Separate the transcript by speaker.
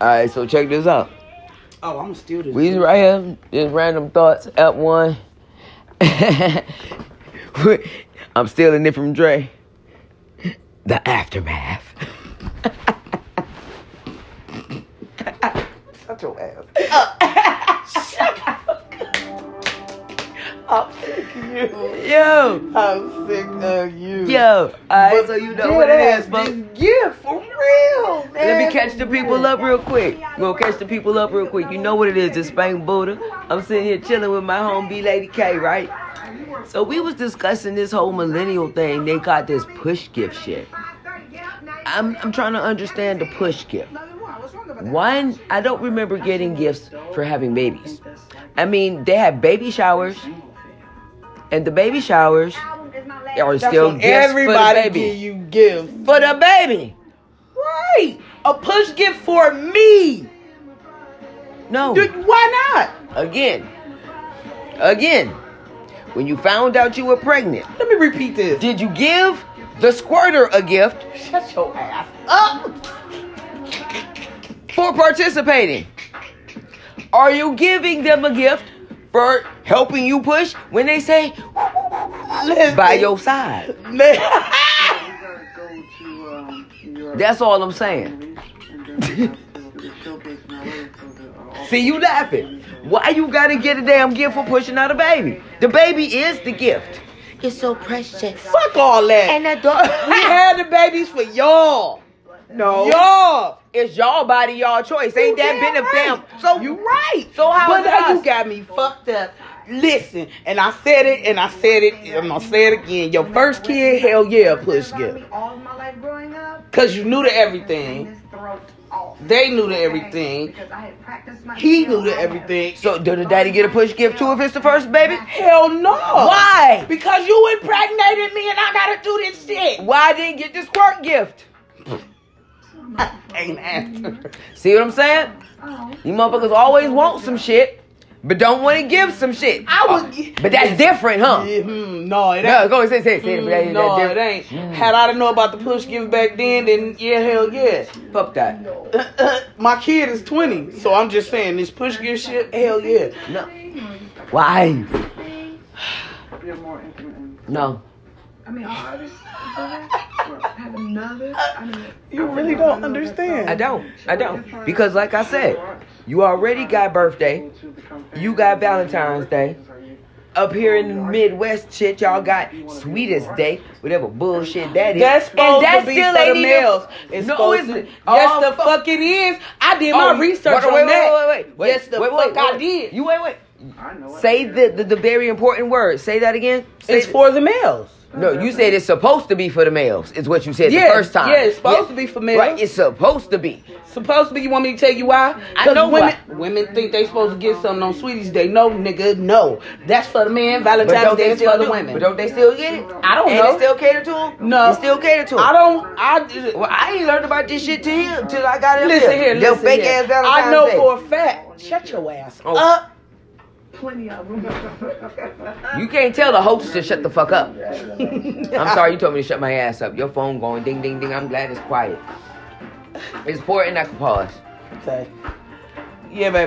Speaker 1: All right, so check this out.
Speaker 2: Oh, I'm gonna steal this.
Speaker 1: We
Speaker 2: bitch.
Speaker 1: just right here, just random thoughts at one. I'm stealing it from Dre. The aftermath.
Speaker 2: Shut your ass. Shut up. I'm sick of you.
Speaker 1: Yo,
Speaker 2: I'm sick of you.
Speaker 1: yo. All right, so you know what it is, folks.
Speaker 2: but yeah, for real. Man.
Speaker 1: Let me catch the people up real quick. You gonna catch the people up real quick. You know what it is, this Spank Buddha. I'm sitting here chilling with my home B Lady K, right? So we was discussing this whole millennial thing. They got this push gift shit. I'm I'm trying to understand the push gift. One, I don't remember getting gifts for having babies. I mean, they have baby showers, and the baby showers are
Speaker 2: That's
Speaker 1: still
Speaker 2: when
Speaker 1: gifts
Speaker 2: everybody
Speaker 1: for the
Speaker 2: give
Speaker 1: baby.
Speaker 2: you gifts.
Speaker 1: For the baby.
Speaker 2: Right. A push gift for me.
Speaker 1: No.
Speaker 2: Dude, why not?
Speaker 1: Again. Again. When you found out you were pregnant,
Speaker 2: Let me repeat this.
Speaker 1: did you give the squirter a gift
Speaker 2: Shut your ass up.
Speaker 1: for participating? Are you giving them a gift for helping you push when they say
Speaker 2: Listen.
Speaker 1: by your side?
Speaker 2: Man.
Speaker 1: That's all I'm saying. See you laughing. Why you gotta get a damn gift for pushing out a baby? The baby is the gift. It's so precious.
Speaker 2: Fuck all that.
Speaker 1: And uh, I don't-
Speaker 2: we had the babies for y'all.
Speaker 1: No.
Speaker 2: Y'all.
Speaker 1: It's y'all body, y'all choice. Ain't that been a damn? So
Speaker 2: you right.
Speaker 1: So how
Speaker 2: But
Speaker 1: is it
Speaker 2: now
Speaker 1: us?
Speaker 2: you got me fucked up. Listen, and I said it, and I said it, and I'm gonna say it again. Your first kid, hell yeah, push gift.
Speaker 3: All my life growing up,
Speaker 2: Cause you knew to everything.
Speaker 3: his throat off.
Speaker 2: They knew to everything.
Speaker 3: Because I had practiced my
Speaker 2: He knew to everything.
Speaker 1: So did the daddy get a push gift too if it's the first baby?
Speaker 2: Hell no.
Speaker 1: Why?
Speaker 2: Because you impregnated me, and I gotta do this shit.
Speaker 1: Why I didn't get the squirt gift?
Speaker 2: I ain't after.
Speaker 1: See what I'm saying?
Speaker 3: Oh,
Speaker 1: You motherfuckers always want some shit, but don't want to give some shit.
Speaker 2: I would get-
Speaker 1: But that's different, huh?
Speaker 2: Yeah, hmm, no, it ain't.
Speaker 1: Uh, No, go and say, say, say it. but that-
Speaker 2: Mm,
Speaker 1: that
Speaker 2: no, it
Speaker 1: different. Hmm.
Speaker 2: ain't. Had I done know about the push give back then, then yeah, hell yeah. Uh,
Speaker 1: Fuck that.
Speaker 2: My kid is 20, so I'm just saying this push give shit, hell yeah.
Speaker 1: No. Why? No.
Speaker 3: I mean, all this, have another. I mean,
Speaker 2: You really don't understand.
Speaker 1: I don't. I don't. Because like I said, you already got birthday. You got Valentine's Day. Up here in the Midwest, shit, y'all got sweetest day, whatever bullshit that is.
Speaker 2: That's supposed
Speaker 1: that
Speaker 2: to be for the
Speaker 1: even-
Speaker 2: males. It's
Speaker 1: no,
Speaker 2: supposed
Speaker 1: isn't.
Speaker 2: to. Yes,
Speaker 1: Oh,
Speaker 2: the fuck. it is. I did
Speaker 1: Oh,
Speaker 2: my research
Speaker 1: wait,
Speaker 2: on
Speaker 1: wait,
Speaker 2: that.
Speaker 1: Wait, wait, wait, wait.
Speaker 2: Yes, the
Speaker 1: wait,
Speaker 2: fuck
Speaker 1: wait,
Speaker 2: I
Speaker 1: wait.
Speaker 2: did.
Speaker 1: You wait, wait. Say the, the the very important word. Say that again. Say
Speaker 2: It's
Speaker 1: th-
Speaker 2: for the males.
Speaker 1: No, you said it's supposed to be for the males. Is what you said
Speaker 2: Yes,
Speaker 1: the first time.
Speaker 2: yeah, it's supposed to be for males.
Speaker 1: Right, it's supposed to be.
Speaker 2: Supposed to be. You want me to tell you why?
Speaker 1: I
Speaker 2: 'Cause
Speaker 1: know
Speaker 2: women. Women think they supposed to get something on Sweeties Day. No, nigga, no. That's for the man. Valentine's Day is for the
Speaker 1: do-
Speaker 2: women.
Speaker 1: But don't they still get it?
Speaker 2: I don't
Speaker 1: and
Speaker 2: know.
Speaker 1: They still cater to them.
Speaker 2: No.
Speaker 1: They still cater to them.
Speaker 2: I don't. I did.
Speaker 1: Well, I ain't learned about this shit till here, till I got it. up
Speaker 2: Listen here,
Speaker 1: Your
Speaker 2: listen
Speaker 1: fake
Speaker 2: here.
Speaker 1: ass Valentine's
Speaker 2: I know
Speaker 1: Day.
Speaker 2: for a fact. Shut your ass
Speaker 1: Oh.
Speaker 2: up.
Speaker 3: plenty of them.
Speaker 1: You can't tell the host to shut the fuck up. I'm sorry you told me to shut my ass up. Your phone going ding ding ding. I'm glad it's quiet. It's important I can pause.
Speaker 2: Okay. Yeah, baby.